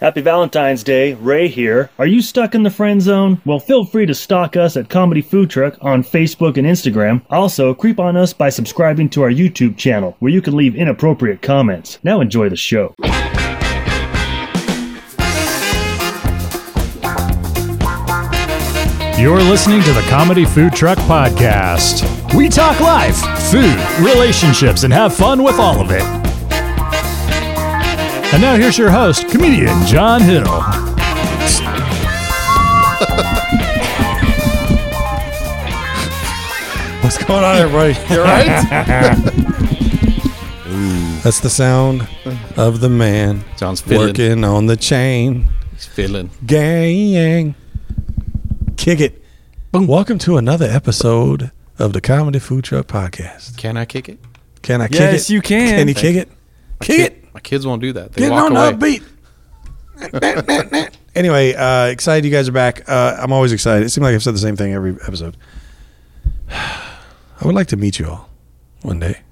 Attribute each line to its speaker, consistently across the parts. Speaker 1: Happy Valentine's Day, Ray here. Are you stuck in the friend zone? Well, feel free to stalk us at Comedy Food Truck on Facebook and Instagram. Also, creep on us by subscribing to our YouTube channel, where you can leave inappropriate comments. Now enjoy the show.
Speaker 2: You're listening to the Comedy Food Truck Podcast. We talk life, food, relationships, and have fun with all of it. And now here's your host, comedian John Hill.
Speaker 3: What's going on, everybody? You all right? That's the sound of the man
Speaker 4: John's feeling.
Speaker 3: working on the chain.
Speaker 4: He's feeling.
Speaker 3: Gang. Kick it. Welcome to another episode of the Comedy Food Truck Podcast.
Speaker 4: Can I kick it?
Speaker 3: Can I kick it?
Speaker 5: Yes, you can.
Speaker 3: Can you kick it? Kick it.
Speaker 4: My kids won't do that. They
Speaker 3: Get
Speaker 4: walk
Speaker 3: on
Speaker 4: away.
Speaker 3: the upbeat. anyway, uh, excited you guys are back. Uh, I'm always excited. It seems like I've said the same thing every episode. I would like to meet you all one day.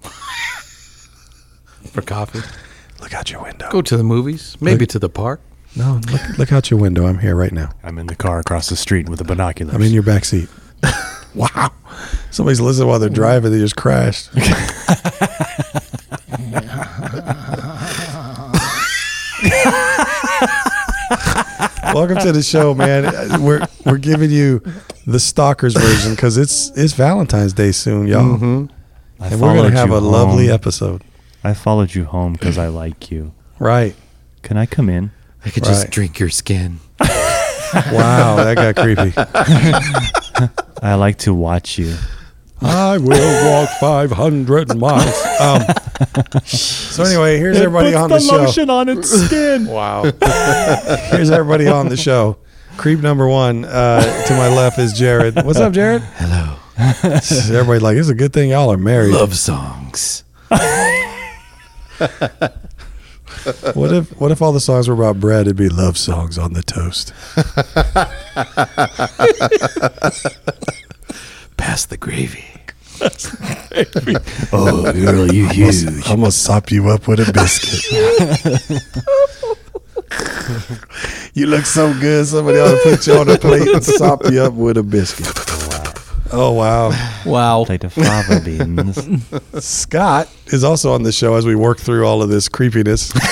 Speaker 4: for coffee.
Speaker 3: Look out your window.
Speaker 4: Go to the movies. Maybe to the park.
Speaker 3: No, Oh, look, look out your window. I'm here right now.
Speaker 5: I'm in the car across the street with the binoculars.
Speaker 3: I'm in your back seat. wow. Somebody's listening while they're driving. They just crashed. Welcome to the show, man. We're we're giving you the stalkers version because it's it's Valentine's Day soon, y'all,
Speaker 5: Mm-hmm. I
Speaker 3: and we're gonna
Speaker 5: followed
Speaker 3: have
Speaker 5: you
Speaker 3: a lovely
Speaker 5: home.
Speaker 3: episode.
Speaker 5: I followed you home because I like you.
Speaker 3: Right?
Speaker 5: Can I come in?
Speaker 4: I could
Speaker 3: Right.
Speaker 4: just drink your skin.
Speaker 3: Wow, that got creepy.
Speaker 5: I like to watch you.
Speaker 3: I will walk 500 miles. Um, so anyway, here's everybody on the, show.
Speaker 5: on its skin.
Speaker 4: Wow.
Speaker 3: Here's everybody on the show. Creep number one uh, to my left is Jared. What's up, Jared?
Speaker 4: Hello.
Speaker 3: Everybody's like, it's a good thing y'all are married.
Speaker 4: Love songs.
Speaker 3: What if what if all the songs were about bread? It'd be love songs on the toast.
Speaker 4: Pass the gravy. oh, girl, you huge.
Speaker 3: I'm gonna sop you up with a biscuit. you look so good. Somebody ought to put you on a plate and sop you up with a biscuit. Oh wow.
Speaker 4: Wow.
Speaker 5: Plate of fava beans.
Speaker 3: Scott is also on the show as we work through all of this creepiness. This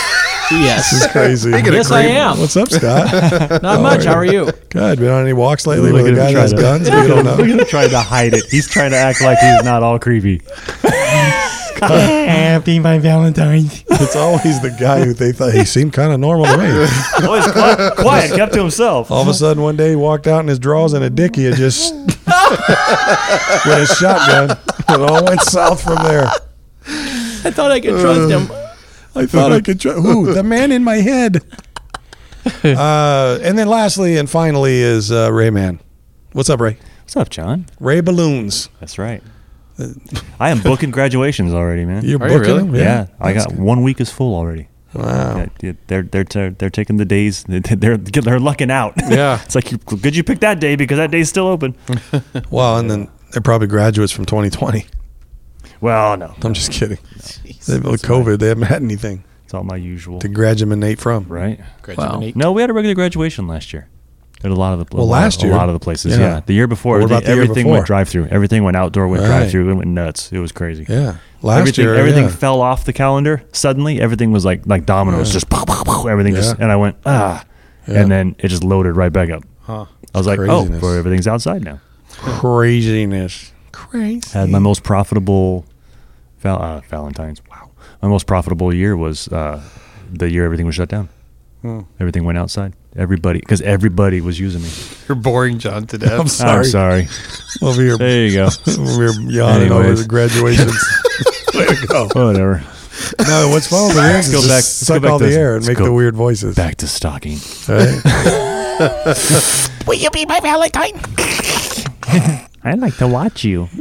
Speaker 6: Yes.
Speaker 3: is crazy.
Speaker 6: yes, I am.
Speaker 3: What's up, Scott?
Speaker 6: Not much. How are you?
Speaker 3: God, been on any walks lately
Speaker 5: Look
Speaker 3: with a
Speaker 5: at him
Speaker 3: guy that has
Speaker 5: try to-
Speaker 3: guns? We don't know.
Speaker 5: him trying to hide it. He's trying to act like he's not all creepy. Happy my Valentine's.
Speaker 3: It's always the guy who they thought he seemed kind of normal to me.
Speaker 1: Oh,
Speaker 5: Always quiet, quiet, kept to himself.
Speaker 3: All of a sudden, one day he walked out in his drawers and a dickie and just with a shotgun. It all went south from there.
Speaker 6: I thought I could trust him.
Speaker 3: Uh, I thought I could try. Ooh, the man in my head. Uh, and then lastly and finally is uh, Ray Man. What's up, Ray?
Speaker 5: What's up, John?
Speaker 3: Ray Balloons.
Speaker 5: That's right.
Speaker 3: Uh,
Speaker 5: I am booking graduations already, man.
Speaker 3: You're
Speaker 4: Are you
Speaker 3: booking
Speaker 4: really?
Speaker 3: him?
Speaker 5: Yeah, I got one week is full already.
Speaker 3: Wow.
Speaker 5: Yeah, They're they're they're, they're taking the days. They're they're lucking out.
Speaker 3: Yeah. Hmm.
Speaker 5: it's like you, good you pick that day because that day's still open.
Speaker 3: Well, and then they're probably graduates from 2020.
Speaker 5: well, no,
Speaker 3: I'm just kidding. They- with COVID, they haven't had anything
Speaker 5: it's all my usual.
Speaker 3: to graduate from.
Speaker 5: Right?
Speaker 6: Wow.
Speaker 5: No, we had a regular graduation last year. At a lot of the a
Speaker 3: Well,
Speaker 5: lot-
Speaker 3: last year.
Speaker 5: a lot of the places.
Speaker 3: Yeah.
Speaker 5: Yeah, the year before,
Speaker 3: What about
Speaker 5: they-
Speaker 3: the year
Speaker 5: everything
Speaker 3: before?
Speaker 5: went drive through. Everything went outdoor, went
Speaker 3: Right.
Speaker 5: drive through, and went nuts. It was crazy.
Speaker 3: Yeah. Last
Speaker 5: everything,
Speaker 3: year,
Speaker 5: everything
Speaker 3: yeah.
Speaker 5: fell off the calendar suddenly. Everything was like like dominoes, just pow, pow, pow, everything just.
Speaker 3: Yeah.
Speaker 5: And I went ah,
Speaker 3: Yeah.
Speaker 5: and then it just loaded right back up. I was like,
Speaker 3: Craziness.
Speaker 5: oh, everything's outside now.
Speaker 3: Craziness. Crazy.
Speaker 5: had my most profitable val- uh, Valentine's. Wow, my most profitable year was uh, the year everything was shut down.
Speaker 3: Hmm.
Speaker 5: Everything went outside. Everybody, because everybody was using me.
Speaker 4: You're boring John to death.
Speaker 3: I'm sorry.
Speaker 5: I'm sorry.
Speaker 3: Over here,
Speaker 5: There you go.
Speaker 3: over here yawning over
Speaker 5: Anyways.
Speaker 3: the graduations. Way to go.
Speaker 5: Whatever.
Speaker 3: No, what's fun with it is
Speaker 5: Let's go
Speaker 3: just
Speaker 5: back- let's
Speaker 3: suck
Speaker 5: go back
Speaker 3: all
Speaker 5: to
Speaker 3: the
Speaker 5: this.
Speaker 3: air and
Speaker 5: Let's
Speaker 3: make
Speaker 5: go
Speaker 3: the weird voices.
Speaker 5: Back to stocking.
Speaker 3: Right?
Speaker 6: Will you be my Valentine?
Speaker 5: I like to watch you.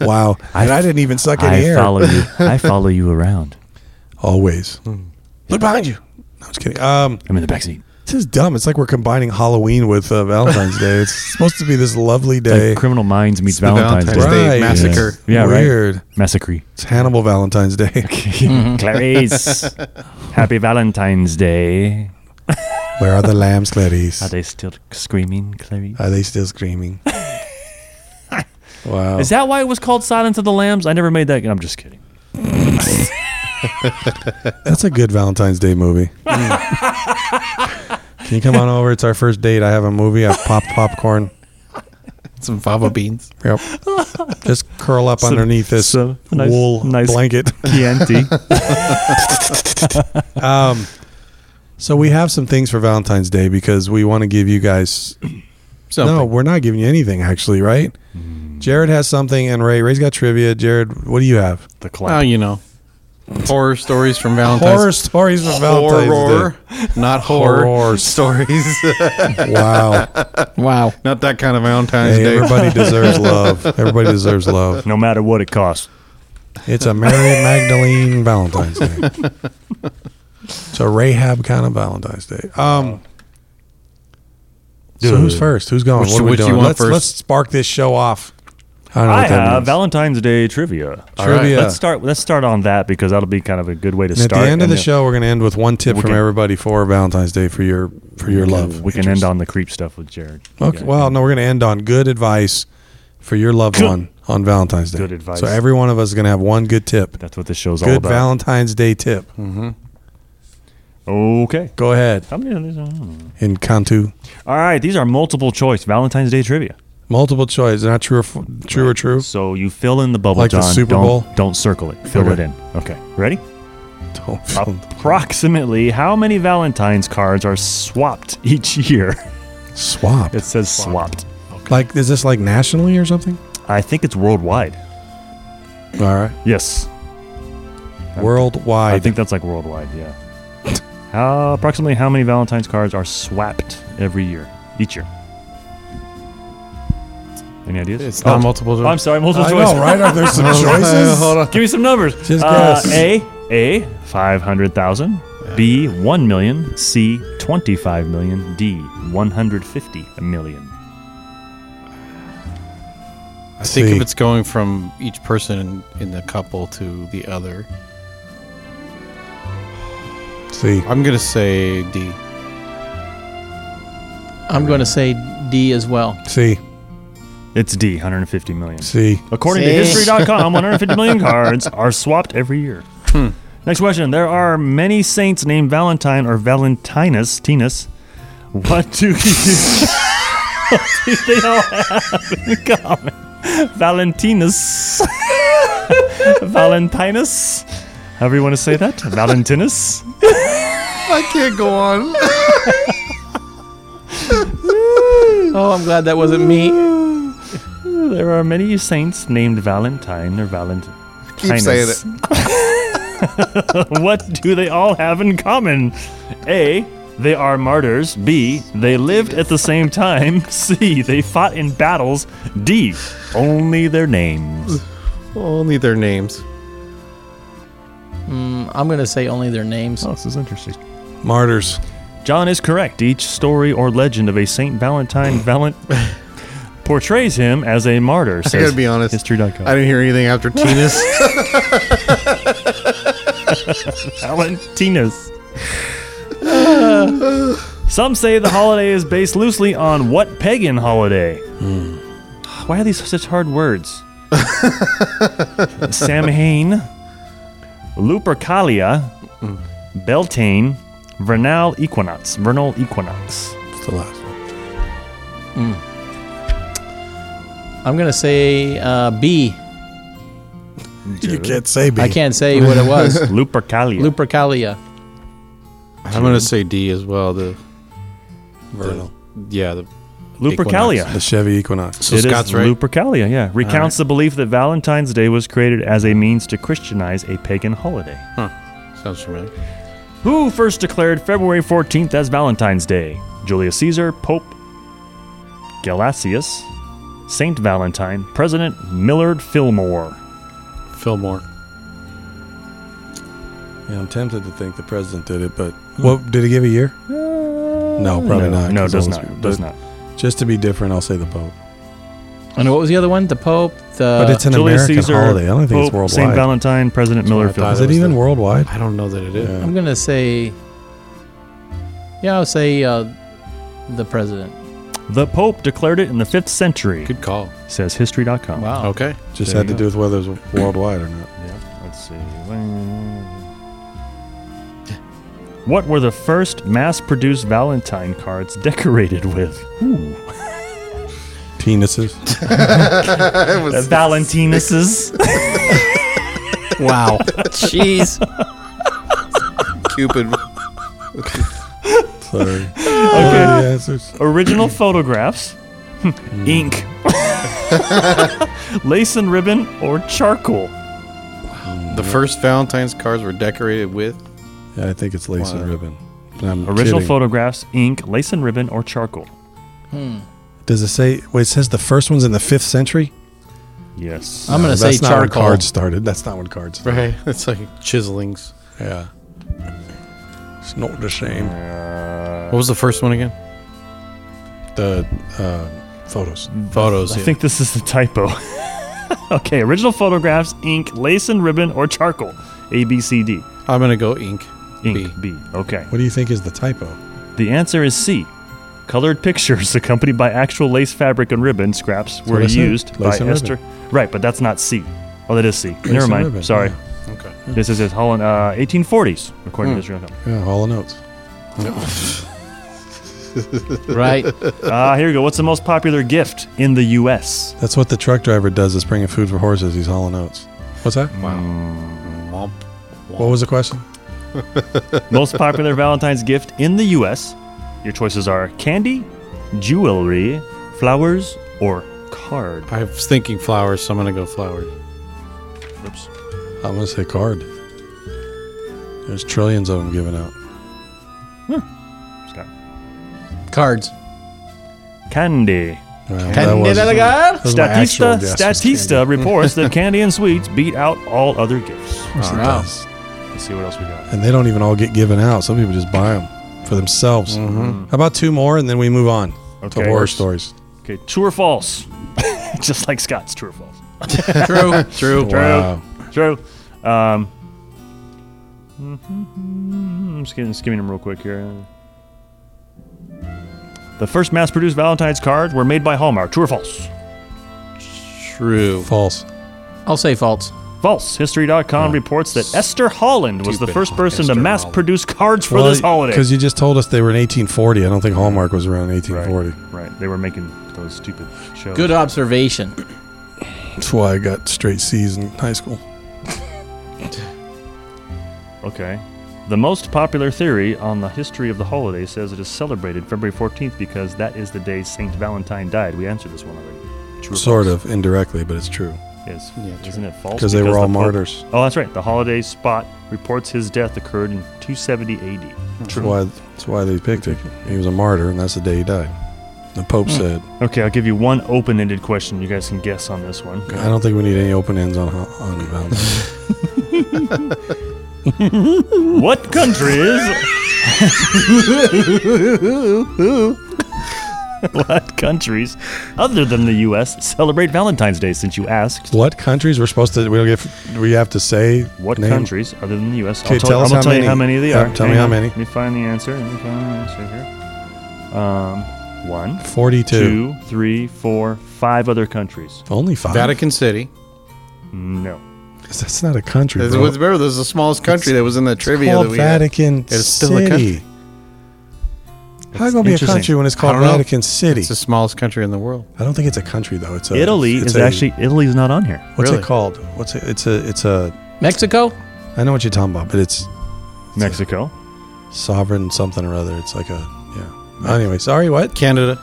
Speaker 3: Wow. and I didn't even suck any
Speaker 5: I
Speaker 3: air.
Speaker 5: follow you. I follow you around.
Speaker 3: Always.
Speaker 5: Hmm.
Speaker 3: Look behind you. No, I'm just kidding. Um,
Speaker 5: I'm in the back seat.
Speaker 3: this is dumb. It's like we're combining Halloween with uh, Valentine's Day. It's supposed to be this lovely day.
Speaker 5: Like Criminal Minds meets
Speaker 4: the
Speaker 5: Valentine's,
Speaker 4: Valentine's
Speaker 5: Day.
Speaker 4: Day
Speaker 3: Right.
Speaker 4: massacre.
Speaker 5: Yeah,
Speaker 3: Weird.
Speaker 5: right. Massacre.
Speaker 3: It's Hannibal Valentine's Day.
Speaker 5: Clarice. Happy Valentine's Day.
Speaker 3: Where are the lambs, Clarice?
Speaker 5: Are they still screaming, Clarice?
Speaker 3: Are they still screaming? wow.
Speaker 5: Is that why it was called Silence of the Lambs? I never made that. I'm just kidding.
Speaker 3: That's a good Valentine's Day movie. Mm. Can you come on over? It's our first date. I have a movie. I pop popcorn.
Speaker 4: Some fava beans.
Speaker 3: Yep. Just curl up underneath this
Speaker 5: some nice-
Speaker 3: wool
Speaker 5: nice-
Speaker 3: blanket.
Speaker 5: Chianti.
Speaker 3: Um, so we have some things for Valentine's Day because we want to give you guys. No,
Speaker 4: Something.
Speaker 3: we're not giving you anything actually, right?
Speaker 5: Mm.
Speaker 3: Jared has something, and Ray. Ray's got trivia. Jared, what do you have?
Speaker 5: the
Speaker 4: Oh,
Speaker 5: clap.
Speaker 4: you know. Horror stories from Valentine's
Speaker 3: Horror stories for Valentine's
Speaker 4: horror, not horror,
Speaker 3: Horror.
Speaker 4: stories.
Speaker 3: Day. Wow.
Speaker 4: wow, not that kind of Valentine's
Speaker 3: Hey,
Speaker 4: Day.
Speaker 3: everybody deserves love. Everybody deserves love.
Speaker 5: No matter what it costs.
Speaker 3: It's a Mary Magdalene Valentine's Day. It's a Rahab kind of Valentine's Day. Um, so who's first? Who's going?
Speaker 4: Which-
Speaker 3: what are we
Speaker 4: which you
Speaker 3: doing?
Speaker 4: want
Speaker 3: let's,
Speaker 4: first?
Speaker 3: let's spark this show off. I don't know
Speaker 5: I
Speaker 3: what that
Speaker 5: have
Speaker 3: means.
Speaker 5: Valentine's Day trivia.
Speaker 4: All right.
Speaker 3: Trivia.
Speaker 5: Let's start. Let's start on that because that'll be kind of a good way to
Speaker 3: And at
Speaker 5: start.
Speaker 3: the end of
Speaker 5: and
Speaker 3: the
Speaker 5: then
Speaker 3: show, we're going to end with one tip
Speaker 5: We
Speaker 3: from
Speaker 5: can-
Speaker 3: everybody for Valentine's Day for your for your love.
Speaker 5: we can end on the creep stuff with Jared.
Speaker 3: Okay. Well, no, we're going to end on good advice for your loved one on Valentine's Day.
Speaker 5: Good advice.
Speaker 3: So every one of us is going to have one good tip.
Speaker 5: That's what this show's all
Speaker 3: Good
Speaker 5: about. Hmm.
Speaker 3: Valentine's Day tip.
Speaker 5: okay.
Speaker 3: Go ahead
Speaker 5: How many of these? I don't know.
Speaker 3: in Cantu.
Speaker 5: All right. These are multiple choice Valentine's Day trivia.
Speaker 3: Multiple choice. Not true or f- true or true.
Speaker 5: So you fill in the bubble,
Speaker 3: Like the
Speaker 5: John.
Speaker 3: Super
Speaker 5: don't,
Speaker 3: Bowl?
Speaker 5: Don't circle it. Fill
Speaker 3: Okay.
Speaker 5: it in. Okay. Ready?
Speaker 3: Don't film.
Speaker 5: Approximately how many Valentine's cards are swapped each year?
Speaker 3: Swap.
Speaker 5: It says swapped.
Speaker 3: Like, is this like nationally or something?
Speaker 5: I think it's worldwide.
Speaker 3: All right.
Speaker 5: Yes.
Speaker 3: Worldwide.
Speaker 5: I think that's like worldwide, yeah. How approximately how many Valentine's cards are swapped every year? Each year. Any ideas?
Speaker 4: It's not multiple
Speaker 5: Oh, I'm
Speaker 4: choice.
Speaker 5: sorry, multiple
Speaker 3: I
Speaker 5: choice.
Speaker 3: know, right? Are there some
Speaker 4: Uh,
Speaker 3: choices?
Speaker 4: hold on.
Speaker 5: Give me some numbers.
Speaker 3: Just
Speaker 5: Uh,
Speaker 3: guess.
Speaker 5: A A five hundred thousand. B one million. C twenty five million. D one hundred fifty million.
Speaker 4: I think
Speaker 3: See.
Speaker 4: if it's going from each person in, in the couple to the other,
Speaker 3: See,
Speaker 4: I'm gonna say D.
Speaker 6: I'm going to say D as well.
Speaker 3: see,
Speaker 5: It's D, 150 million.
Speaker 3: see.
Speaker 5: According to
Speaker 6: See?
Speaker 5: History.com, 150 million cards are swapped every year. Next question. There are many saints named Valentine or Valentinus, Tinus. What do you what do they all have in common? Valentinus. Valentinus. However you want to say that. Valentinus.
Speaker 4: I can't go on.
Speaker 6: Oh, I'm glad that wasn't me.
Speaker 5: There are many saints named Valentine or Valent.
Speaker 4: Keep saying it.
Speaker 5: what do they all have in common? A. They are martyrs. B. They lived at the same time. C. They fought in battles. D. Only their names.
Speaker 4: Only their names.
Speaker 6: I'm going to say only their names.
Speaker 5: this is interesting.
Speaker 3: Martyrs.
Speaker 5: John is correct. Each story or legend of a Saint Valentine Valent portrays him as a martyr.
Speaker 4: I
Speaker 5: Says
Speaker 4: gotta be honest.
Speaker 5: History.com.
Speaker 4: I didn't hear anything after Tina's.
Speaker 5: Valentinas. Some say the holiday is based loosely on what pagan holiday? Why are these such hard words? Samhain, Lupercalia, Beltane, Vernal Equinox. Vernal Equinox.
Speaker 3: It's the last one.
Speaker 6: I'm going to say uh, B.
Speaker 3: You can't say B.
Speaker 6: I can't say what it was.
Speaker 5: Lupercalia.
Speaker 6: Lupercalia.
Speaker 4: I'm gonna say D as well. The,
Speaker 3: Vernal.
Speaker 4: yeah, the
Speaker 5: Lupercalia.
Speaker 3: The Chevy Equinox.
Speaker 4: so
Speaker 5: It is
Speaker 4: Scott's right.
Speaker 5: Lupercalia, yeah. Recounts the belief that Valentine's Day was created as a means to Christianize a pagan holiday.
Speaker 4: Sounds familiar.
Speaker 5: Who first declared February 14th as Valentine's Day? Julius Caesar, Pope Gelasius, Saint Valentine, President Millard Fillmore.
Speaker 4: Fillmore.
Speaker 3: Yeah, I'm tempted to think the president did it, but what did he give a year? No, probably
Speaker 5: Uh, no,
Speaker 3: not.
Speaker 5: No,
Speaker 3: 'cause
Speaker 5: does
Speaker 3: those
Speaker 5: not.
Speaker 3: people-
Speaker 5: does
Speaker 3: but
Speaker 5: not.
Speaker 3: Just to be different, I'll say the Pope.
Speaker 6: And what was the other one? The Pope, the
Speaker 3: But it's an
Speaker 5: Uh, Julius
Speaker 3: American
Speaker 5: Caesar,
Speaker 3: holiday. I don't think
Speaker 5: Pope,
Speaker 3: it's worldwide.
Speaker 5: Saint Valentine, President Millard
Speaker 4: what I thought
Speaker 5: Fillmore.
Speaker 3: Is it even worldwide?
Speaker 4: I don't know that it is.
Speaker 6: I'm gonna say Yeah, I would say uh, the president.
Speaker 5: The Pope declared it in the 5th century,
Speaker 4: Good call.
Speaker 5: says history.com.
Speaker 6: Wow.
Speaker 4: Okay.
Speaker 3: Just had to do with whether it was worldwide or not.
Speaker 5: Yeah, let's see. What were the first mass produced Valentine cards decorated with? Ooh.
Speaker 3: Penises.
Speaker 5: Uh, Valentinuses.
Speaker 4: Wow.
Speaker 6: Jeez.
Speaker 4: Cupid.
Speaker 3: Sorry. okay. The answers.
Speaker 5: Original photographs. Ink. Lace and ribbon or charcoal.
Speaker 4: The first Valentine's cards were decorated with.
Speaker 3: Yeah, I think it's lace and ribbon. I'm
Speaker 5: Original
Speaker 3: kidding.
Speaker 5: photographs, ink, lace and ribbon, or charcoal.
Speaker 3: Does it say? Wait, it says the first one's in the fifth century.
Speaker 5: Yes.
Speaker 6: I'm gonna
Speaker 3: No,
Speaker 6: say
Speaker 3: that's not when
Speaker 6: charcoal.
Speaker 3: cards started. That's not when cards. Started.
Speaker 4: Right. It's like chiselings.
Speaker 3: Yeah. It's not the same.
Speaker 4: What was the first one again?
Speaker 3: The uh, photos.
Speaker 4: Photos.
Speaker 5: I
Speaker 4: yeah.
Speaker 5: think this is the typo. okay, original photographs, ink, lace and ribbon, or charcoal. A, B, C, D.
Speaker 4: I'm gonna go ink.
Speaker 5: Ink, B. Okay.
Speaker 3: What do you think is the typo?
Speaker 5: The answer is C. Colored pictures accompanied by actual lace fabric and ribbon scraps were
Speaker 3: what I said.
Speaker 5: used
Speaker 3: Lace
Speaker 5: by
Speaker 3: and
Speaker 5: Esther. Right, but that's not C. Oh, that is C. Never
Speaker 3: and
Speaker 5: mind.
Speaker 3: ribbon,
Speaker 5: Sorry.
Speaker 4: Okay.
Speaker 5: This is his Holland uh, 1840s, according
Speaker 3: Hmm.
Speaker 5: to this. record.
Speaker 3: Yeah, Hall and Oates.
Speaker 6: Right.
Speaker 5: Ah, here we go. What's the most popular gift in the U.S.?
Speaker 3: That's what the truck driver does. Is bringing food for horses. He's hauling oats. What's that?
Speaker 4: Womp.
Speaker 3: What was the question?
Speaker 5: most popular Valentine's gift in the U.S. Your choices are candy, jewelry, flowers, or card.
Speaker 4: I was thinking flowers, so I'm gonna go flowers.
Speaker 5: Oops.
Speaker 3: I'm gonna say card. There's trillions of them given out.
Speaker 5: Scott.
Speaker 6: Cards.
Speaker 5: Candy.
Speaker 3: Well, that
Speaker 6: Candy
Speaker 3: was-
Speaker 6: de la gar?
Speaker 3: that was my actual
Speaker 5: Statista,
Speaker 3: guess was
Speaker 5: Statista reports that candy and sweets beat out all other gifts.
Speaker 3: candy.
Speaker 6: Wow.
Speaker 5: Let's see what else we got.
Speaker 3: And they don't even all get given out. Some people just buy them for themselves. How about two more and then we move on
Speaker 5: Mm-hmm. Okay.
Speaker 3: to horror stories?
Speaker 5: Okay, true or false? Just like Scott's true or false.
Speaker 4: True. True.
Speaker 3: Wow.
Speaker 5: True. Um, I'm just getting- skimming them real quick here. The first mass-produced Valentine's cards were made by Hallmark. True or false?
Speaker 4: True.
Speaker 3: False.
Speaker 6: I'll say false.
Speaker 5: False. History.com reports that Esther Holland was the
Speaker 4: Stupid
Speaker 5: first person to
Speaker 4: Esther
Speaker 5: mass-produce cards for this holiday.
Speaker 3: Because you just told us they were in 1840. I don't think Hallmark was around 1840.
Speaker 5: Right. They were making those stupid shows.
Speaker 6: Good observation.
Speaker 3: That's why I got straight C's in high school.
Speaker 5: Okay. The most popular theory on the history of the holiday says it is celebrated February 14th because that is the day Saint Valentine died. We answered this one already. True or
Speaker 3: Sort
Speaker 5: false?
Speaker 3: of, indirectly, but it's true.
Speaker 5: Yes. Isn't it false?
Speaker 3: 'Cause they were
Speaker 5: the
Speaker 3: all
Speaker 5: Pope-
Speaker 3: martyrs.
Speaker 5: Oh, that's right. The holiday spot reports his death occurred in 270 AD.
Speaker 3: That's why, that's why they picked it. He was a martyr, and that's the day he died. The Pope
Speaker 5: Hmm.
Speaker 3: said,
Speaker 5: Okay, I'll give you one open ended question. You guys can guess on this one.
Speaker 3: I don't think we need any open ends on, ho- on Valentine's.
Speaker 5: What country is. what countries, other than the U.S., celebrate Valentine's Day since you asked?
Speaker 3: what countries we're supposed to, we, don't get, we have to say?
Speaker 5: What
Speaker 3: name?
Speaker 5: countries other than the U.S.?
Speaker 3: Okay, tell
Speaker 5: I'm
Speaker 3: us
Speaker 5: gonna
Speaker 3: how
Speaker 5: tell
Speaker 3: many.
Speaker 5: you how many they
Speaker 3: Yeah,
Speaker 5: are.
Speaker 3: tell me
Speaker 5: Hang
Speaker 3: how
Speaker 5: on.
Speaker 3: many.
Speaker 5: Let me find the answer. Let me find the answer here. Um, one,
Speaker 3: 42.
Speaker 5: two, three, four, five other countries.
Speaker 3: Only five.
Speaker 4: Vatican City.
Speaker 5: No.
Speaker 3: That's not a country.
Speaker 4: That's-
Speaker 3: bro.
Speaker 4: Remember, this is the smallest country that was in that
Speaker 3: It's
Speaker 4: trivia
Speaker 3: called
Speaker 4: that we had.
Speaker 3: Vatican
Speaker 4: It's still a
Speaker 3: City. How gonna be a
Speaker 5: interesting.
Speaker 3: country when it's called
Speaker 4: don't know.
Speaker 3: Vatican City?
Speaker 4: It's the smallest country in the world.
Speaker 3: I don't think it's a country though. It's a,
Speaker 5: Italy
Speaker 3: it's
Speaker 5: is
Speaker 3: a-
Speaker 5: actually Italy's not on here.
Speaker 3: what's
Speaker 4: Really?
Speaker 3: it called? What's it? It's a it's a
Speaker 6: Mexico?
Speaker 3: I know what you're talking about, but it's
Speaker 5: Mexico.
Speaker 3: sovereign something or other. It's like a yeah. Anyway, sorry. What?
Speaker 4: Canada,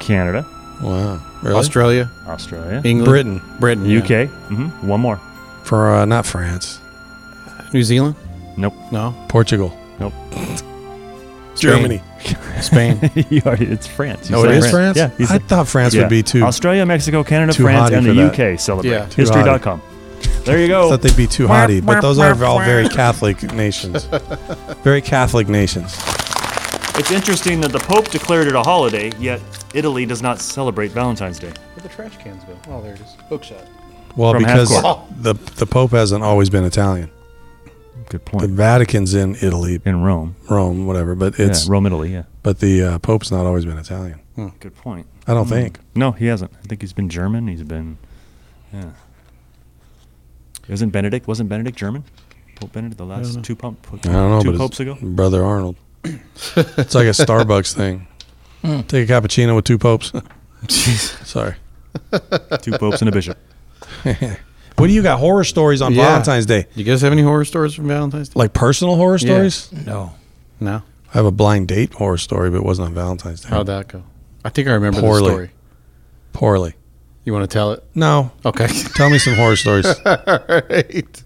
Speaker 5: Canada,
Speaker 3: Wow. Really?
Speaker 4: Australia,
Speaker 5: Australia,
Speaker 4: England,
Speaker 3: Britain
Speaker 4: Britain, yeah.
Speaker 5: UK. hmm One more.
Speaker 3: for uh, not France,
Speaker 4: New Zealand.
Speaker 5: Nope.
Speaker 4: No.
Speaker 3: Portugal,
Speaker 5: Nope.
Speaker 3: Germany.
Speaker 4: Spain. Spain.
Speaker 5: You are- it's France. You
Speaker 3: Oh,
Speaker 5: said
Speaker 3: it is France.
Speaker 5: Yeah. you
Speaker 3: I
Speaker 5: said-
Speaker 3: thought France
Speaker 5: yeah.
Speaker 3: would be too.
Speaker 5: Australia, Mexico, Canada,
Speaker 3: too
Speaker 5: France,
Speaker 3: hotty
Speaker 5: and
Speaker 3: for
Speaker 5: the
Speaker 3: that.
Speaker 5: UK celebrate.
Speaker 4: Yeah.
Speaker 3: Too hotty.
Speaker 5: History.com. There you
Speaker 3: I
Speaker 5: go.
Speaker 3: thought they'd be too haughty, but those are all very Catholic nations. Very Catholic nations.
Speaker 5: It's interesting that the Pope declared it a holiday, yet Italy does not celebrate Valentine's Day.
Speaker 4: Where'd the trash cans go? Oh, there it is. Bookshop.
Speaker 3: Well,
Speaker 5: From
Speaker 3: because
Speaker 5: half
Speaker 3: the the Pope hasn't always been Italian.
Speaker 5: Good
Speaker 3: The
Speaker 5: point.
Speaker 3: Vatican's in Italy,
Speaker 5: In Rome.
Speaker 3: Rome, whatever, but
Speaker 5: Yeah,
Speaker 3: it's
Speaker 5: Rome, Italy. Yeah.
Speaker 3: but the uh, Pope's not always been Italian.
Speaker 5: Good point.
Speaker 3: I don't think.
Speaker 5: No, he hasn't. I think he's been German. He's been, yeah. Isn't Benedict? Wasn't Benedict German? Pope Benedict, the last two pump,
Speaker 3: I don't know.
Speaker 5: two
Speaker 3: but it's
Speaker 5: popes ago.
Speaker 3: Brother Arnold. it's like a Starbucks thing.
Speaker 4: Hmm.
Speaker 3: Take a cappuccino with two popes. Sorry.
Speaker 5: two popes and a bishop.
Speaker 3: What do you got? Horror stories on
Speaker 4: Yeah.
Speaker 3: Valentine's Day?
Speaker 4: You guys have any horror stories from Valentine's Day?
Speaker 3: Like personal horror
Speaker 4: Yeah.
Speaker 3: stories?
Speaker 6: No.
Speaker 4: No.
Speaker 3: I have a blind date horror story, but it wasn't on Valentine's Day.
Speaker 4: How'd that go? I think I remember
Speaker 3: Poorly.
Speaker 4: the story.
Speaker 3: Poorly.
Speaker 4: You want to tell it?
Speaker 3: No.
Speaker 4: Okay.
Speaker 3: Tell me some horror stories.
Speaker 4: All right.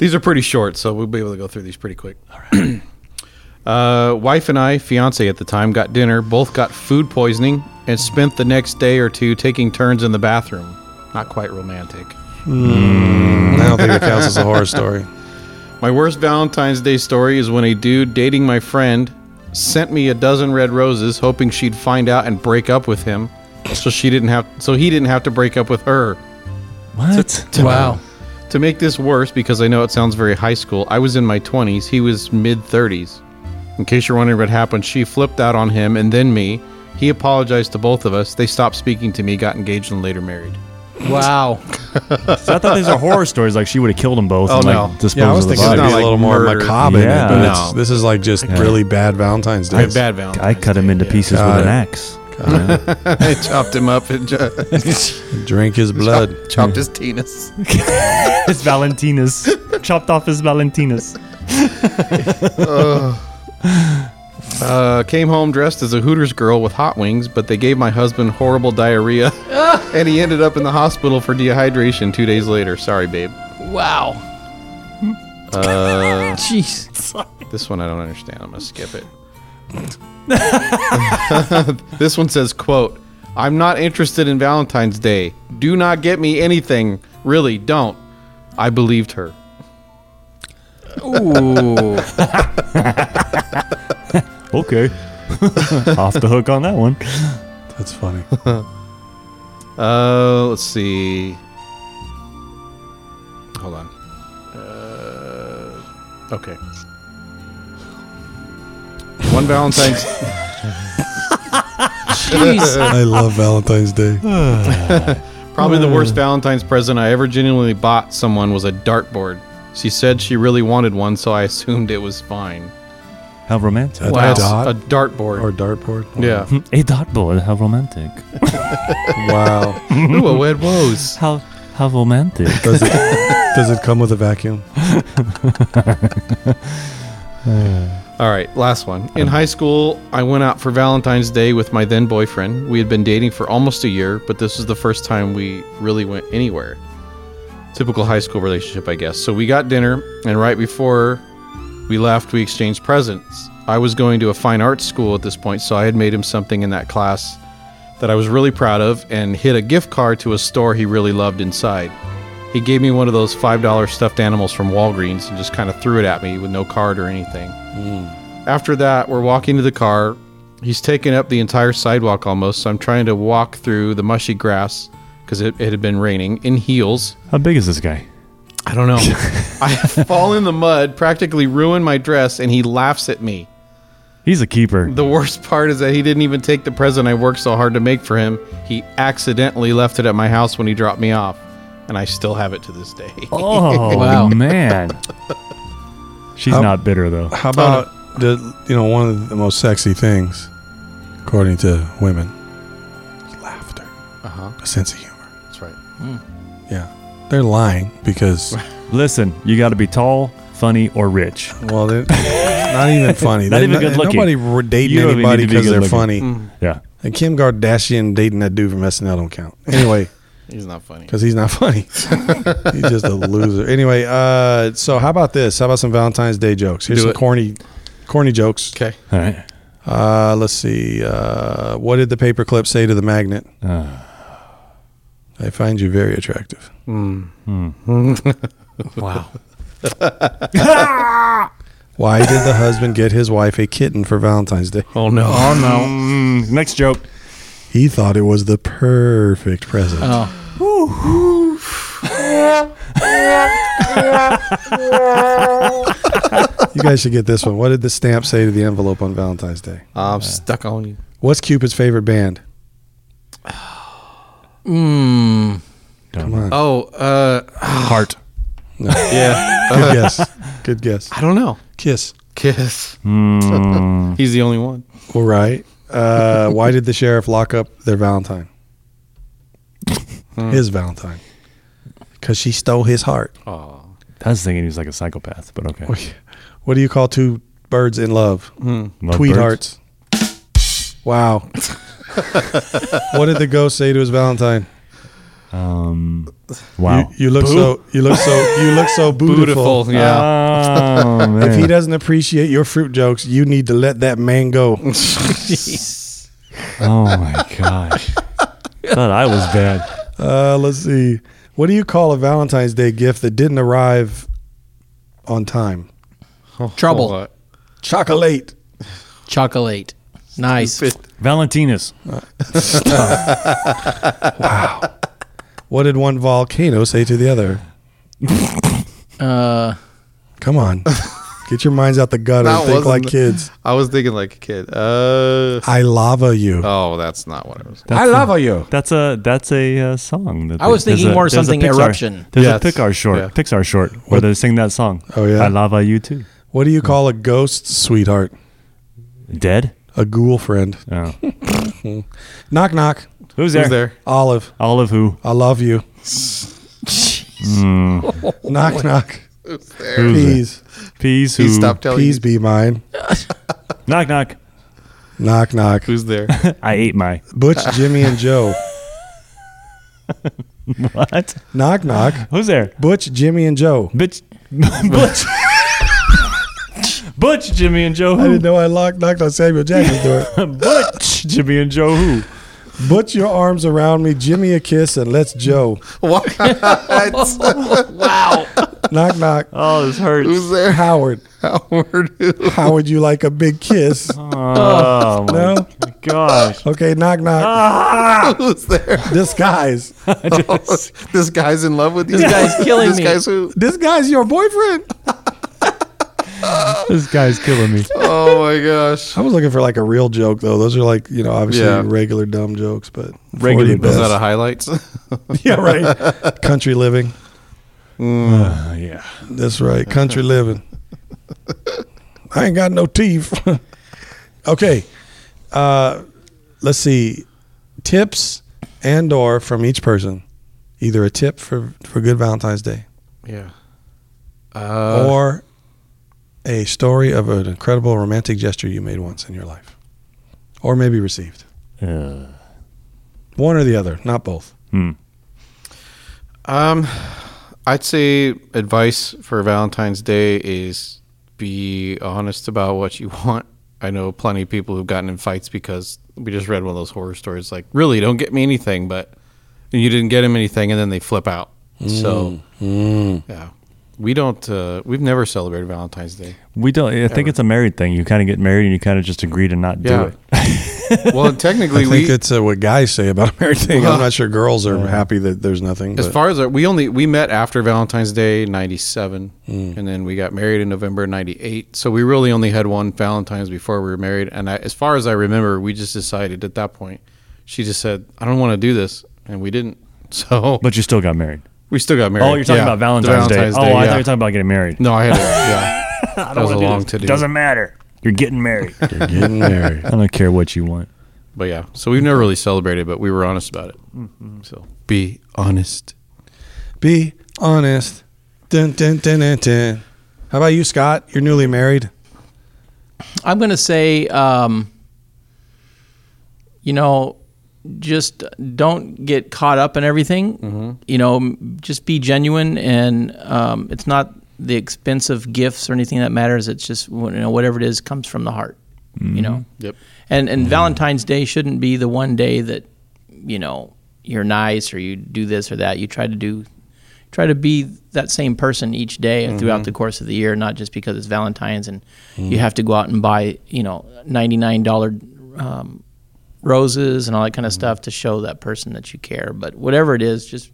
Speaker 4: These are pretty short, so we'll be able to go through these pretty quick. All right. uh, wife and I, fiance at the time, got dinner. Both got food poisoning and spent the next day or two taking turns in the bathroom. Not quite romantic.
Speaker 3: I don't think it counts as a horror story.
Speaker 4: My worst Valentine's Day story is when a dude dating my friend sent me a dozen red roses, hoping she'd find out and break up with him, so she didn't have, so he didn't have to break up with her.
Speaker 5: What?
Speaker 6: Wow.
Speaker 4: To make this worse, because I know it sounds very high school, I was in my 20s, he was mid 30s. In case you're wondering what happened, she flipped out on him and then me. He apologized to both of us. They stopped speaking to me, got engaged, and later married.
Speaker 6: Wow.
Speaker 5: So I thought these are horror stories. Like she would have killed them both.
Speaker 4: Oh,
Speaker 5: and, like,
Speaker 4: no.
Speaker 5: Disposed
Speaker 3: Yeah, I was
Speaker 5: of the
Speaker 3: thinking it'd be
Speaker 5: bodies.
Speaker 3: a
Speaker 4: not like
Speaker 3: little more
Speaker 4: murder.
Speaker 3: macabre,
Speaker 5: Yeah.
Speaker 3: but
Speaker 4: No.
Speaker 3: it's, this is like just really bad Valentine's Day.
Speaker 4: I had bad Valentine's.
Speaker 5: I cut him into
Speaker 4: Day,
Speaker 5: pieces
Speaker 3: Got
Speaker 5: with an
Speaker 3: it.
Speaker 5: axe.
Speaker 4: yeah. I chopped him up and ju-
Speaker 3: Drink his blood.
Speaker 4: chopped his penis.
Speaker 5: His Valentinus chopped off his Valentinus.
Speaker 4: Uh, came home dressed as a Hooters girl with hot wings, but they gave my husband horrible diarrhea, and he ended up in the hospital for dehydration two days later. Sorry, babe.
Speaker 6: Wow. Uh, Jeez.
Speaker 4: This one I don't understand. I'm gonna skip it. this one says, "quote I'm not interested in Valentine's Day. Do not get me anything. Really, don't." I believed her.
Speaker 6: Ooh.
Speaker 5: Okay. off the hook on that one.
Speaker 3: That's funny.
Speaker 4: Uh, let's see. Hold on. Uh, okay. One Valentine's.
Speaker 6: Jeez.
Speaker 3: I love Valentine's Day.
Speaker 4: Probably the worst Valentine's present I ever genuinely bought someone was a dartboard. She said she really wanted one, so I assumed it was fine.
Speaker 5: How romantic.
Speaker 3: A
Speaker 4: Wow.
Speaker 3: dot
Speaker 4: A dartboard.
Speaker 3: or dartboard.
Speaker 4: yeah.
Speaker 5: A dot boy. How romantic.
Speaker 3: Wow.
Speaker 4: Ooh, a wed woes.
Speaker 5: How how romantic.
Speaker 3: Does it, does it come with a vacuum?
Speaker 4: All right, last one. In high school, I went out for Valentine's Day with my then boyfriend. We had been dating for almost a year, but this was the first time we really went anywhere. Typical high school relationship, I guess. So we got dinner, and right before we left, we exchanged presents. I was going to a fine arts school at this point, so I had made him something in that class that I was really proud of and hid a gift card to a store he really loved inside. He gave me one of those $5 stuffed animals from Walgreens and just kind of threw it at me with no card or anything. After that, we're walking to the car. He's taken up the entire sidewalk almost, so I'm trying to walk through the mushy grass because it, it had been raining in heels.
Speaker 5: How big is this guy?
Speaker 4: I don't know. I fall in the mud, practically ruin my dress, and he laughs at me.
Speaker 5: He's a keeper.
Speaker 4: The worst part is that he didn't even take the present I worked so hard to make for him. He accidentally left it at my house when he dropped me off, and I still have it to this day.
Speaker 5: Oh
Speaker 6: Wow.
Speaker 5: man. She's not bitter though.
Speaker 3: How about the you know one of the most sexy things, according to women, is laughter,
Speaker 4: Uh-huh.
Speaker 3: a sense of humor.
Speaker 4: That's right.
Speaker 3: Yeah, they're lying because
Speaker 5: Listen, you got to be tall, funny, or rich.
Speaker 3: well, they're not even funny.
Speaker 5: Not
Speaker 3: They're
Speaker 5: even good looking.
Speaker 3: Nobody re- dating
Speaker 5: You don't even
Speaker 3: anybody
Speaker 5: need to be Mm.
Speaker 3: because
Speaker 5: good
Speaker 3: they're
Speaker 5: looking.
Speaker 3: funny.
Speaker 5: Yeah.
Speaker 3: And Kim Kardashian dating that dude from SNL don't count. Anyway,
Speaker 4: He's not funny.
Speaker 3: because he's not funny. he's just a loser. Anyway, uh, so how about this? How about some Valentine's Day jokes? Here's
Speaker 4: Do
Speaker 3: some
Speaker 4: it.
Speaker 3: corny, corny jokes.
Speaker 4: Okay.
Speaker 5: All right.
Speaker 3: Uh, let's see. Uh, what did the paperclip say to the magnet? I find you very attractive.
Speaker 6: Wow.
Speaker 3: Why did the husband get his wife a kitten for Valentine's Day?
Speaker 4: Oh no.
Speaker 5: Oh no. next joke.
Speaker 3: He thought it was the perfect present.
Speaker 6: Oh.
Speaker 3: You guys should get this one. What did the stamp say to the envelope on Valentine's Day?
Speaker 4: I'm stuck on you.
Speaker 3: What's Cupid's favorite band?
Speaker 4: Oh, uh,
Speaker 2: Heart.
Speaker 4: yeah.
Speaker 3: Good guess. Good guess.
Speaker 4: I don't know.
Speaker 3: Kiss.
Speaker 4: Kiss.
Speaker 3: Hmm.
Speaker 4: He's the only one.
Speaker 3: All right. Uh, why did the sheriff lock up their Valentine? his Valentine. Because she stole his heart.
Speaker 5: I was thinking he was like a psychopath, but
Speaker 2: Oh.
Speaker 5: okay.
Speaker 3: What do you call two birds in love?
Speaker 5: Love
Speaker 3: Tweet
Speaker 5: birds.
Speaker 3: hearts. Wow. what did the ghost say to his Valentine?
Speaker 5: Wow.
Speaker 3: You look so. You look so. You look so beautiful.
Speaker 4: Beautiful. Yeah.
Speaker 5: Oh, man.
Speaker 3: If he doesn't appreciate your fruit jokes, you need to let that man go.
Speaker 5: oh my gosh. Thought I was bad.
Speaker 3: Uh, let's see. What do you call a Valentine's Day gift that didn't arrive on time?
Speaker 5: Oh,
Speaker 6: Trouble.
Speaker 4: Uh,
Speaker 3: Chocolate.
Speaker 6: Chocolate. Nice.
Speaker 5: Valentinus.
Speaker 3: What did one volcano say to the other?
Speaker 6: Uh,
Speaker 3: Come on. Get your minds out the gutter.
Speaker 4: That
Speaker 3: and think
Speaker 4: wasn't
Speaker 3: like
Speaker 4: the-
Speaker 3: kids.
Speaker 4: I was thinking like a kid. Uh,
Speaker 3: I lava you.
Speaker 4: oh, that's not what I was.
Speaker 5: That's a-
Speaker 3: you.
Speaker 5: That's a that's a uh, song. that
Speaker 6: I was
Speaker 5: they- there's
Speaker 6: thinking
Speaker 5: a-
Speaker 6: more
Speaker 5: there's a
Speaker 6: something
Speaker 5: Pixar-
Speaker 6: eruption.
Speaker 5: There's
Speaker 4: Yes.
Speaker 5: a Pixar short,
Speaker 4: Yeah.
Speaker 5: Pixar short, where they sing that song.
Speaker 3: Oh, yeah?
Speaker 5: I love you too.
Speaker 3: What do you call a ghost sweetheart?
Speaker 5: Dead.
Speaker 3: A ghoul friend.
Speaker 5: Oh.
Speaker 3: Knock knock.
Speaker 5: Who's there?
Speaker 4: Who's there?
Speaker 3: Olive.
Speaker 5: Olive who?
Speaker 3: I love you. knock knock.
Speaker 5: Hmm. Who's
Speaker 3: Please.
Speaker 5: there? Peas who?
Speaker 4: He stopped telling.
Speaker 3: Please
Speaker 4: Please.
Speaker 3: be mine.
Speaker 5: Knock knock.
Speaker 3: Knock knock.
Speaker 4: Who's there?
Speaker 5: I ate my.
Speaker 3: Butch, Jimmy, and Joe.
Speaker 5: What?
Speaker 3: Knock knock.
Speaker 5: Who's there?
Speaker 3: Butch, Jimmy, and Joe.
Speaker 5: Bitch. Butch. Butch, Jimmy and Joe.
Speaker 3: I
Speaker 5: Who?
Speaker 3: didn't know I locked, knocked on Samuel Jackson's door.
Speaker 5: Butch, Jimmy and Joe. Who?
Speaker 3: Butch your arms around me, Jimmy a kiss, and let's Joe.
Speaker 4: what?
Speaker 6: wow.
Speaker 3: Knock knock.
Speaker 5: Oh, this hurts.
Speaker 4: Who's there?
Speaker 3: Howard.
Speaker 4: Howard. Who?
Speaker 3: How would you like a big kiss?
Speaker 5: Oh my
Speaker 3: No?
Speaker 5: gosh.
Speaker 3: Okay, knock knock.
Speaker 5: Ah.
Speaker 4: Who's there?
Speaker 3: This guy's
Speaker 4: this guy's in love with you.
Speaker 6: This guy's killing
Speaker 4: this
Speaker 6: me.
Speaker 4: guy's who?
Speaker 3: this guy's your boyfriend.
Speaker 5: This guy's killing me.
Speaker 4: Oh my gosh.
Speaker 3: I was looking for like a real joke though. Those are like, you know, obviously
Speaker 4: Yeah.
Speaker 3: regular dumb jokes, but
Speaker 5: Regular
Speaker 3: 40
Speaker 5: dumb.
Speaker 4: Is
Speaker 3: best.
Speaker 4: that a highlights?
Speaker 3: yeah, right. Country living.
Speaker 5: Uh, yeah.
Speaker 3: Mm. That's right. Country living. I ain't got no teeth. okay. Uh let's see. Tips and or from each person. Either a tip for for good Valentine's Day
Speaker 4: yeah. Uh,
Speaker 3: or a story of an incredible romantic gesture you made once in your life. Or maybe received.
Speaker 5: Uh,
Speaker 3: One or the other, not both.
Speaker 4: Um, I'd say advice for Valentine's Day is be honest about what you want. I know plenty of people who've gotten in fights because we just read one of those horror stories. Like, really, don't get me anything, but and you didn't get him anything, and then they flip out. So,
Speaker 3: Mm-hmm.
Speaker 4: yeah, we don't. Uh, we've never celebrated Valentine's Day.
Speaker 5: we don't. I think it's a married thing. You kind of get married and you kind of just agree to not do
Speaker 4: Yeah.
Speaker 5: it.
Speaker 4: Well, technically,
Speaker 3: I think
Speaker 4: we
Speaker 3: it's uh, what guys say about everything. I'm not sure girls are happy that there's nothing.
Speaker 4: As
Speaker 3: but-
Speaker 4: far as our, we only we met after Valentine's Day '97,
Speaker 5: Hmm.
Speaker 4: and then we got married in November '98. So we really only had one Valentine's before we were married. And I, as far as I remember, we just decided at that point. She just said, "I don't want to do this," and we didn't. So
Speaker 5: But you still got married.
Speaker 4: we still got married.
Speaker 5: Oh, you're talking
Speaker 4: Yeah.
Speaker 5: about
Speaker 4: The
Speaker 5: Valentine's, Day. Oh, I
Speaker 4: yeah.
Speaker 5: thought you were talking about getting married.
Speaker 4: No, I had it. Yeah, that was a long to do.
Speaker 5: Doesn't matter. You're getting married.
Speaker 3: You're getting married.
Speaker 5: I don't care what you want.
Speaker 4: But yeah, so we've never really celebrated, but we were honest about it.
Speaker 5: Mm-hmm.
Speaker 4: So be honest.
Speaker 3: Be honest. Dun, dun, dun, dun, dun. How about you, Scott? You're newly married.
Speaker 6: I'm going to say, um, you know, just don't get caught up in everything.
Speaker 5: Mm-hmm.
Speaker 6: You know, m- just be genuine, and um, it's not the expensive gifts or anything that matters. It's just you know whatever it is comes from the heart. You know.
Speaker 5: Mm-hmm.
Speaker 4: Yep.
Speaker 6: And and Valentine's Day shouldn't be the one day that you know you're nice or you do this or that. You try to do try to be that same person each day throughout the course of the year, not just because it's Valentine's and you have to go out and buy you know ninety nine dollar um, roses and all that kind of stuff to show that person that you care. But whatever it is, just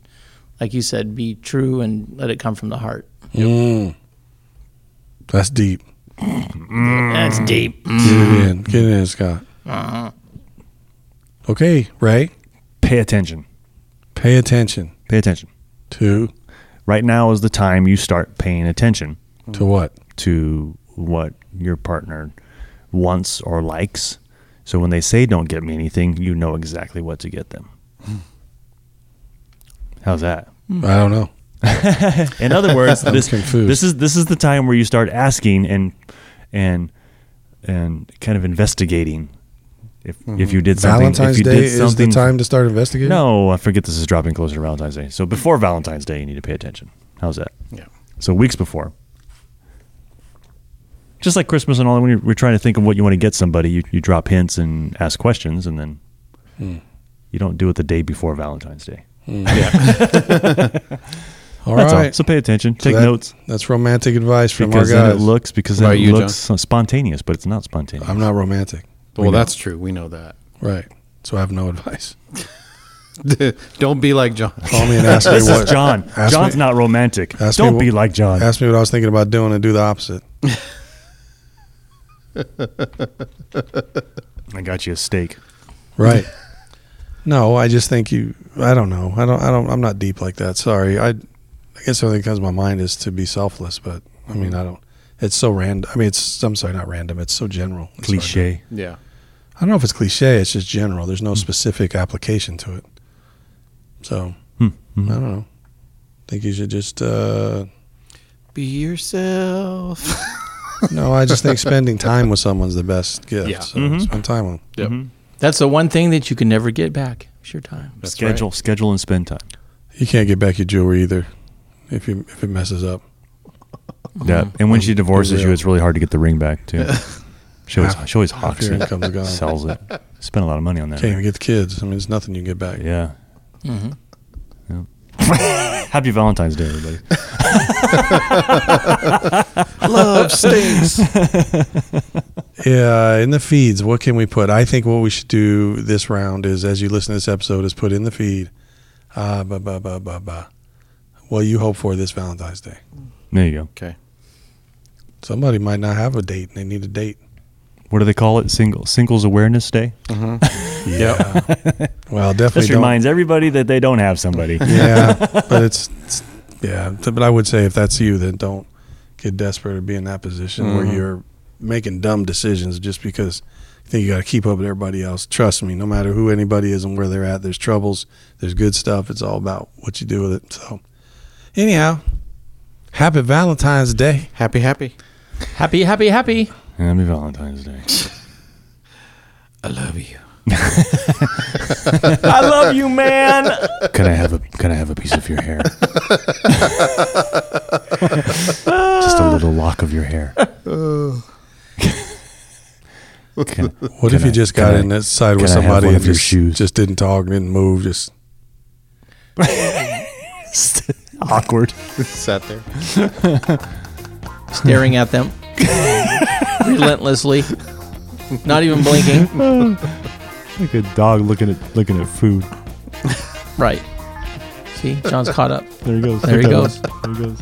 Speaker 6: like you said, be true and let it come from the heart.
Speaker 3: That's deep.
Speaker 6: That's deep.
Speaker 5: Mm.
Speaker 3: Get it in. Get it in, Scott.
Speaker 5: Uh-huh.
Speaker 3: Okay, Ray.
Speaker 5: Pay attention.
Speaker 3: Pay attention
Speaker 5: Pay attention.
Speaker 3: to
Speaker 5: Right now is the time you start paying attention
Speaker 3: to what?
Speaker 5: to what your partner wants or likes. So when they say don't get me anything, you know exactly what to get them. How's that?
Speaker 3: I don't know.
Speaker 5: In other words, this
Speaker 3: confused.
Speaker 5: this is this is the time where you start asking and and and kind of investigating if if you did something.
Speaker 3: Mm-hmm. Valentine's
Speaker 5: if you
Speaker 3: Day
Speaker 5: did
Speaker 3: is the
Speaker 5: something,
Speaker 3: time to start investigating.
Speaker 5: No, I forget this is dropping closer to Valentine's Day. So before Valentine's Day, you need to pay attention. How's that?
Speaker 4: Yeah.
Speaker 5: So weeks before. Just like Christmas and all that, when you're, we're trying to think of what you want to get somebody, you, you drop hints and ask questions, and then Hmm. you don't do it the day before Valentine's Day.
Speaker 3: all
Speaker 5: That's all.
Speaker 3: right.
Speaker 5: So pay attention, take
Speaker 3: That-
Speaker 5: notes,
Speaker 3: That's romantic advice from
Speaker 5: because
Speaker 3: our
Speaker 5: then
Speaker 3: guys.
Speaker 5: it looks because
Speaker 4: What
Speaker 5: then
Speaker 4: about
Speaker 5: it
Speaker 4: you,
Speaker 5: looks spontaneous, but it's not spontaneous.
Speaker 3: I'm not romantic.
Speaker 4: Well, that's true. We know that.
Speaker 3: Right. So I have no advice.
Speaker 4: Don't be like John.
Speaker 5: Oh.
Speaker 3: Call me and ask me
Speaker 5: this
Speaker 3: what.
Speaker 5: is John.
Speaker 3: ask
Speaker 5: John's
Speaker 3: me-
Speaker 5: not romantic.
Speaker 3: ask me
Speaker 5: Don't
Speaker 3: what-
Speaker 5: be like John.
Speaker 3: Ask me what I was thinking about doing and do the opposite.
Speaker 5: I got you a steak.
Speaker 3: Right. no, I just think you. I don't know. I don't. I don't. I'm not deep like that. Sorry. I. I guess the only thing that comes to my mind is to be selfless, but I mean, I don't. It's so random. I mean, it's. I'm sorry, not random. It's so general. It's hard to-
Speaker 5: Cliche. Hmm.
Speaker 4: Yeah.
Speaker 3: I don't know if it's cliche. It's just general. There's no specific application to it. So
Speaker 5: Hmm,
Speaker 3: I don't know. think you should just. Uh,
Speaker 4: Be yourself.
Speaker 3: no, I just think spending time with someone's the best gift.
Speaker 4: Yeah.
Speaker 3: So
Speaker 5: Mm-hmm.
Speaker 3: spend time with 'em.
Speaker 4: Yep.
Speaker 6: That's the one thing that you can never get back. It's your time.
Speaker 4: That's right.
Speaker 5: schedule, schedule, and spend time.
Speaker 3: You can't get back your jewelry either, if you if it messes up.
Speaker 5: Yeah, and when she divorces
Speaker 3: real.
Speaker 5: you, it's really hard to get the ring back too. She always, she always hawks
Speaker 3: your
Speaker 5: it,
Speaker 3: income's gone.
Speaker 5: sells it. Spent a lot of money on that.
Speaker 3: Can't even get the kids. I mean, it's nothing you can get back.
Speaker 5: Yeah. yeah. Happy Valentine's Day, everybody.
Speaker 3: Love stinks. yeah, in the feeds, what can we put? I think what we should do this round is, as you listen to this episode, is put in the feed. Ah, ba ba ba ba ba. What you hope for this Valentine's Day?
Speaker 5: There you go.
Speaker 4: Okay.
Speaker 3: Somebody might not have a date and they need a date.
Speaker 5: What do they call it? Single Singles Awareness Day.
Speaker 3: Yeah. well, definitely.
Speaker 5: This
Speaker 3: don't-
Speaker 5: reminds everybody that they don't have somebody.
Speaker 3: Yeah, but it's, it's yeah. th- But I would say if that's you, then don't get desperate or be in that position where you're making dumb decisions just because you think you got to keep up with everybody else. Trust me, no matter who anybody is and where they're at, there's troubles, there's good stuff. It's all about what you do with it. So, anyhow, happy Valentine's Day.
Speaker 4: Happy, happy.
Speaker 6: Happy, happy, happy.
Speaker 5: Happy Valentine's Day.
Speaker 4: I love you.
Speaker 5: I love you, man. Can I have a Can I have a piece of your hair? Just a little lock of your hair. Oh. Can-
Speaker 3: What
Speaker 5: can
Speaker 3: if you
Speaker 5: I-
Speaker 3: just
Speaker 5: can
Speaker 3: got
Speaker 5: I-
Speaker 3: in that side with
Speaker 5: can I have
Speaker 3: somebody
Speaker 5: one
Speaker 3: and
Speaker 5: of your
Speaker 3: just,
Speaker 5: shoes?
Speaker 3: just didn't talk, didn't move, just
Speaker 5: awkward.
Speaker 4: Sat there.
Speaker 6: Staring at them relentlessly, not even blinking.
Speaker 5: Like a dog looking at looking at food.
Speaker 6: Right. See, John's caught up.
Speaker 5: There he goes.
Speaker 6: There he goes.
Speaker 5: There he goes.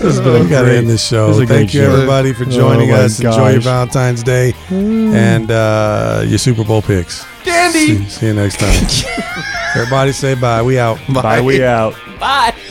Speaker 3: we got to end this show.
Speaker 5: This is a
Speaker 3: Thank
Speaker 5: great
Speaker 3: you,
Speaker 5: show.
Speaker 3: everybody, for joining
Speaker 5: Oh, my
Speaker 3: us. Enjoy your
Speaker 5: gosh. Mm.
Speaker 3: Valentine's Day and uh, your Super Bowl picks. Dandy. See, see you next time. everybody say bye. We out.
Speaker 5: Bye. We out.
Speaker 6: Bye.